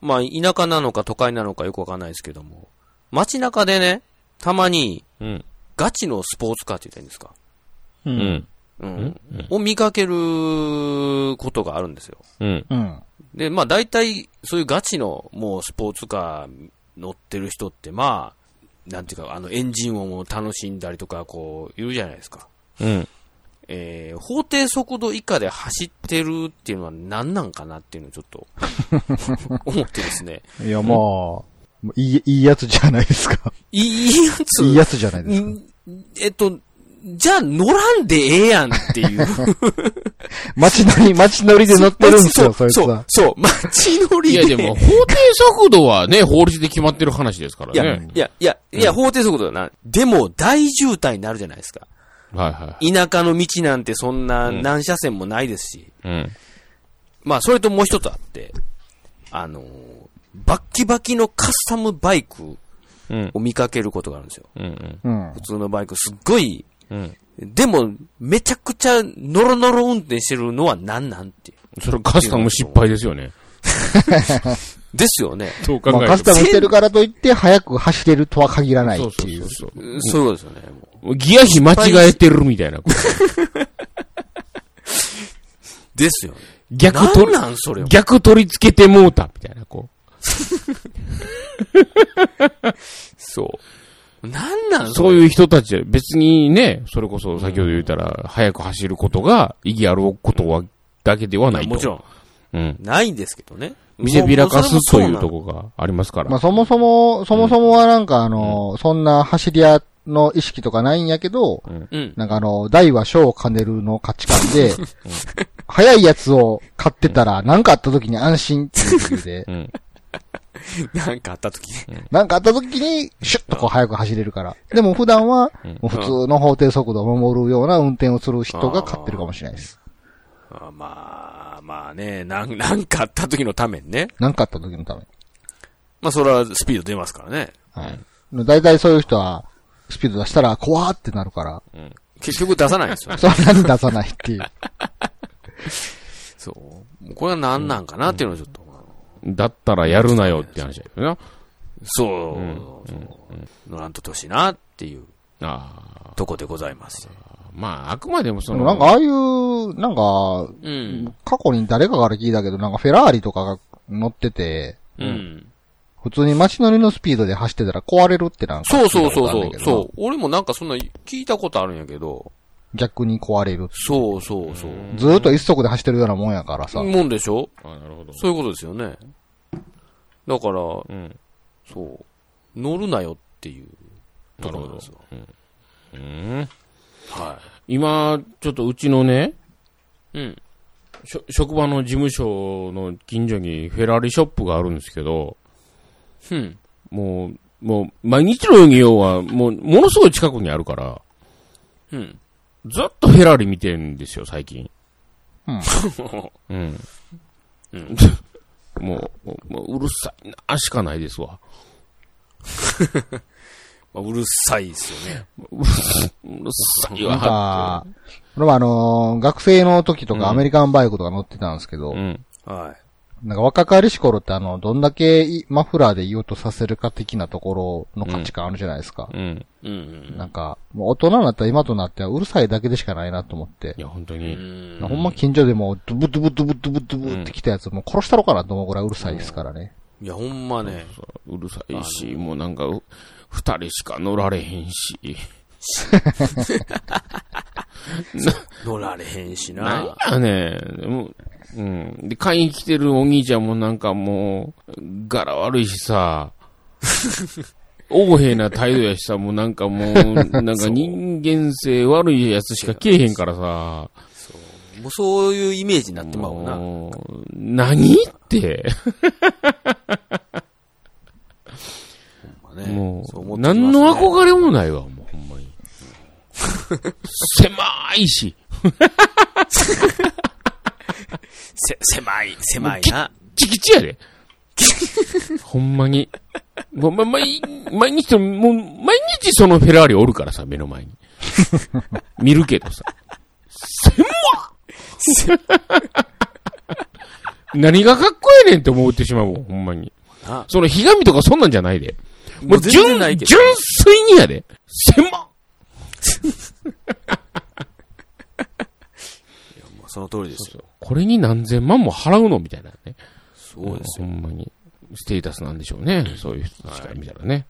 まあ、田舎なのか都会なのかよくわかんないですけども、街中でね、たまに、うん。ガチのスポーツカーって言ったらいいんですか。う。うんん。うん。を見かけることがあるんですよ。うん。うん。で、まあ大体、そういうガチの、もうスポーツカー乗ってる人って、まあ、なんていうか、あの、エンジン音を楽しんだりとか、こう、いるじゃないですか。うん。えー、法定速度以下で走ってるっていうのは何なんかなっていうのをちょっ と、思ってですね。いや、まあ、もういい、いいやつじゃないですか。いいやつ。いいやつじゃないですか。んえっと、じゃあ乗らんでええやんっていう。街乗り、街乗り で乗ってるんですよ、そ そ、いうつそうは、。そう、街乗りいで。や、でも、法定速度はね、法律で決まってる話ですからいや、ねい。や、いや、いや、法定速度だな。でも、大渋滞になるじゃないですか。はいはい。田舎の道なんてそんなうん何車線もないですし。うん。まあ、それともう一つあって、あのーバッキバキのカスタムバイクうん。を見かけることがあるんですよ。うん。うん。うん普。通のバイク、すっごい、うん。でも、めちゃくちゃノロノロ運転してるのは何なんっていう。それカスタム失敗ですよね。ですよね。そう考まあ、えカるスと。タムしてるからといって、早く走れるとは限らないそっうそてういう。そうそう。そういうことですよね。もうギア比間違えてるみたいな。ですよね。逆何取り、なんそれは。逆取り付けてもうたみたいな、こそう。何なんう。それ そういう人たち、別にね、それこそ先ほど言ったら、早く走ることが意義あることは、だけではないと。もちろん。ん。うん。ないんですけどね。見せびらかすもともそれいもうとこがありますから。まあ、そもそも、そもそもはなんかあの、そんな走り屋の意識とかないんやけど、そうなん。なんかあの、大は小を兼ねるの価値観 で、早いやつを買ってたら、なんかあった時に安心っていう理由で、うん。うん。なんかあった時ね。なんかあった時に、シュッとこう早く走れるから。でも普段は、もう普通の法定速度を守るような運転をする人が買ってるかもしれないです。あまあ、まあね、なん、 なんかあった時のためにね。なんかあった時のために。まあそれはスピード出ますからね。はい。大体そういう人は、スピード出したら、怖ーってなるから、結局出さないんですよね。そんなに出さないっていう。 そう。もうこれは何なんかなっていうのはちょっと。だったらやるなよって話だよな。そう。そう乗らんと年なっていうあとこでございます。あ。まあ、あくまでもそでの、もなんかああいう、なんか、うん。過去に誰かから聞いたけど、なんかフェラーリとかが乗ってて、うん。普通に街乗りのスピードで走ってたら壊れるってなんか。そうそうそう聞そいたことあんねんけう。どそう。俺もなんかそんな聞いたことあるんやけど。逆に壊れる。そうそうそう。ずーっと一足で走ってるようなもんやからさ。もんでしょあなるほど。そういうことですよね。だから、うん。そう。乗るなよっていうところなんですよ。うん。は今、ちょっとうちのね、い。うん。しょ職場の事務所の近所にフェラーリショップがあるんですけど、うん。もう、もう、毎日のように要は、もう、ものすごい近くにあるから、うん。ずっとフェラーリ見てるんですよ、最近。うん。 うん。うん。もう、もううるさいな、しかないですわ。まあ、うるさいですよね。うるさいなんわ。か、俺はあのー学生の時とかアメリカンバイクとか乗ってたんですけど、うん。はなんか若かりし頃ってあの、どんだけいマフラーで言おうとさせるか的なところの価値観あるじゃないですか。うん。い。うん。なんか、もう大人になった今となってはうるさいだけでしかないなと思ってい。や、本当うに。ん。ほんま近所でも、ドゥブドゥブドゥブドゥブドゥブって来たやつ、もう殺したろかなと思うぐらいうるさいですからね。いや、ほんまね。うるさいし、もうなんか、う二人しか乗られへんし。乗られへんしなんな。やねん。でもうん。で、買いに来てるお兄ちゃんもなんかもう、柄悪いし さ、横柄な態度やしさ、もうなんかもう、なんか人間性悪いやつしか来えへんからさ、もうそういうイメージになってまうな。もう、何って、ほんまねもそう思っう、てきますね何の憧れもないわ、もう、ほ んまに。狭いし、せ、 狭い、狭いな。チキチやで。 ほんまに。もうま、毎毎日、もう、毎日そのフェラーリおるからさ、目 の前に。見るけどさ。狭っ 何がかっこやねんって思ってしまうもん、ほんまに。なその、ひがみとかそんなんじゃないで。ももうう純全然ないけど純粋にやで。狭っまあその通りですよ。これに何千万も払うのみたいなね。そうですよ。ほんまに。ステータスなんでしょうね。そういう人たちから見たらね。